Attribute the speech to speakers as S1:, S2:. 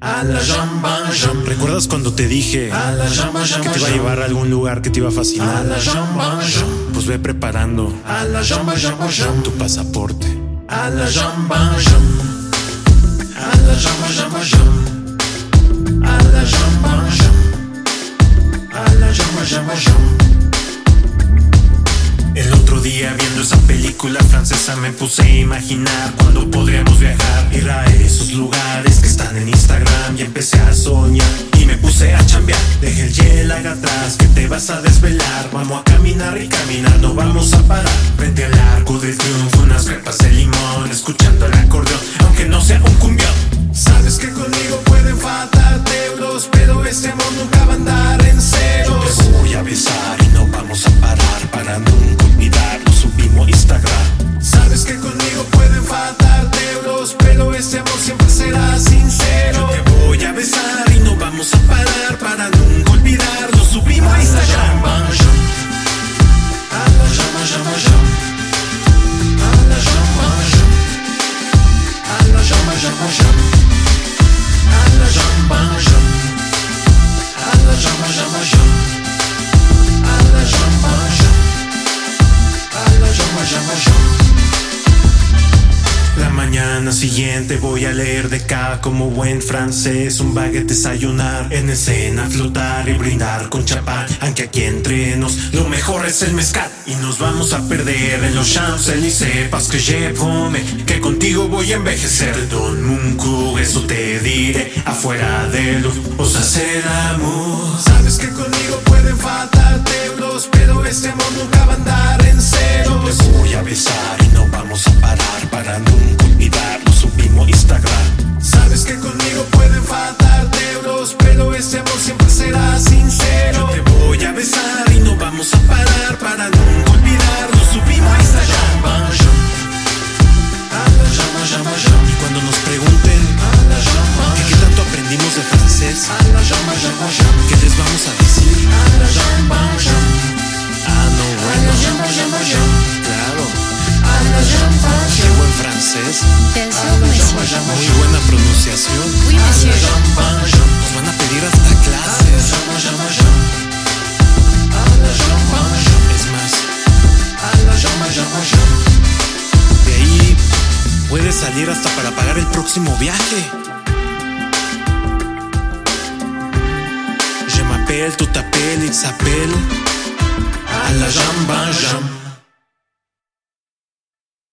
S1: la jamba, jamba.
S2: ¿Recuerdas cuando te dije
S1: A la jamba,
S2: que
S1: jamba,
S2: te iba a llevar a algún lugar que te iba a
S1: A
S2: fascinar?
S1: la jamba, jamba.
S2: Pues ve preparando
S1: A la jamba, jamba, jamba.
S2: tu pasaporte.
S1: A la jamba, jamba. A la jamba, jamba, jamba. A la jamba, jamba. A la jamba, jamba, jamba.
S2: El otro día viendo esa película francesa me puse a imaginar cuando podríamos viajar, ir a esos lugares que están en Instagram y empecé a soñar y me puse a chambear. Dejé el yelag atrás que te vas a desvelar, vamos a caminar y caminar, no vamos a parar. Frente al arco del triunfo, unas crepas de limón, escuchando el acordeón, aunque no sea un cumbión. Sabes que conmigo pueden faltarte euros, pero este amor nunca va a andar en ceros. Yo te voy a besar y no vamos a parar para nunca olvidarlo. Subimos Instagram. Sabes que conmigo pueden faltarte euros, pero este amor siempre será sincero. Yo te voy a besar y no vamos a parar para nunca olvidarlo. Subimos Instagram. La mañana siguiente voy a leer de acá como buen francés un baguette desayunar en escena flotar y brindar con chapán aunque aquí entre nos lo mejor es el mezcal y nos vamos a perder en los champs élysées parce que je promets que contigo voy a envejecer Don Munco eso te diré afuera de luz os hacer amor sabes que conmigo pueden faltarte euros pero este amor nunca va a andar en cero te voy a besar y no vamos a parar para nunca olvidarlo. Subimos Instagram. Sabes que conmigo pueden faltarte euros, pero este amor siempre será sincero. Yo te voy a besar y no vamos a parar para nunca olvidarlo. Subimos Instagram. Y cuando nos pregunten que qué tanto aprendimos de francés, ¿qué les vamos a decir? Ah, no, bueno. Claro. Qué buen francés.
S3: Bien sûr, monsieur.
S2: Muy buena pronunciación.
S3: Oui, monsieur.
S2: Nos van a pedir hasta clases. Es más, de ahí puedes salir hasta para pagar el próximo viaje. Je m'appelle, tu t'appelles, il s'appelle. A la jamba, jamba.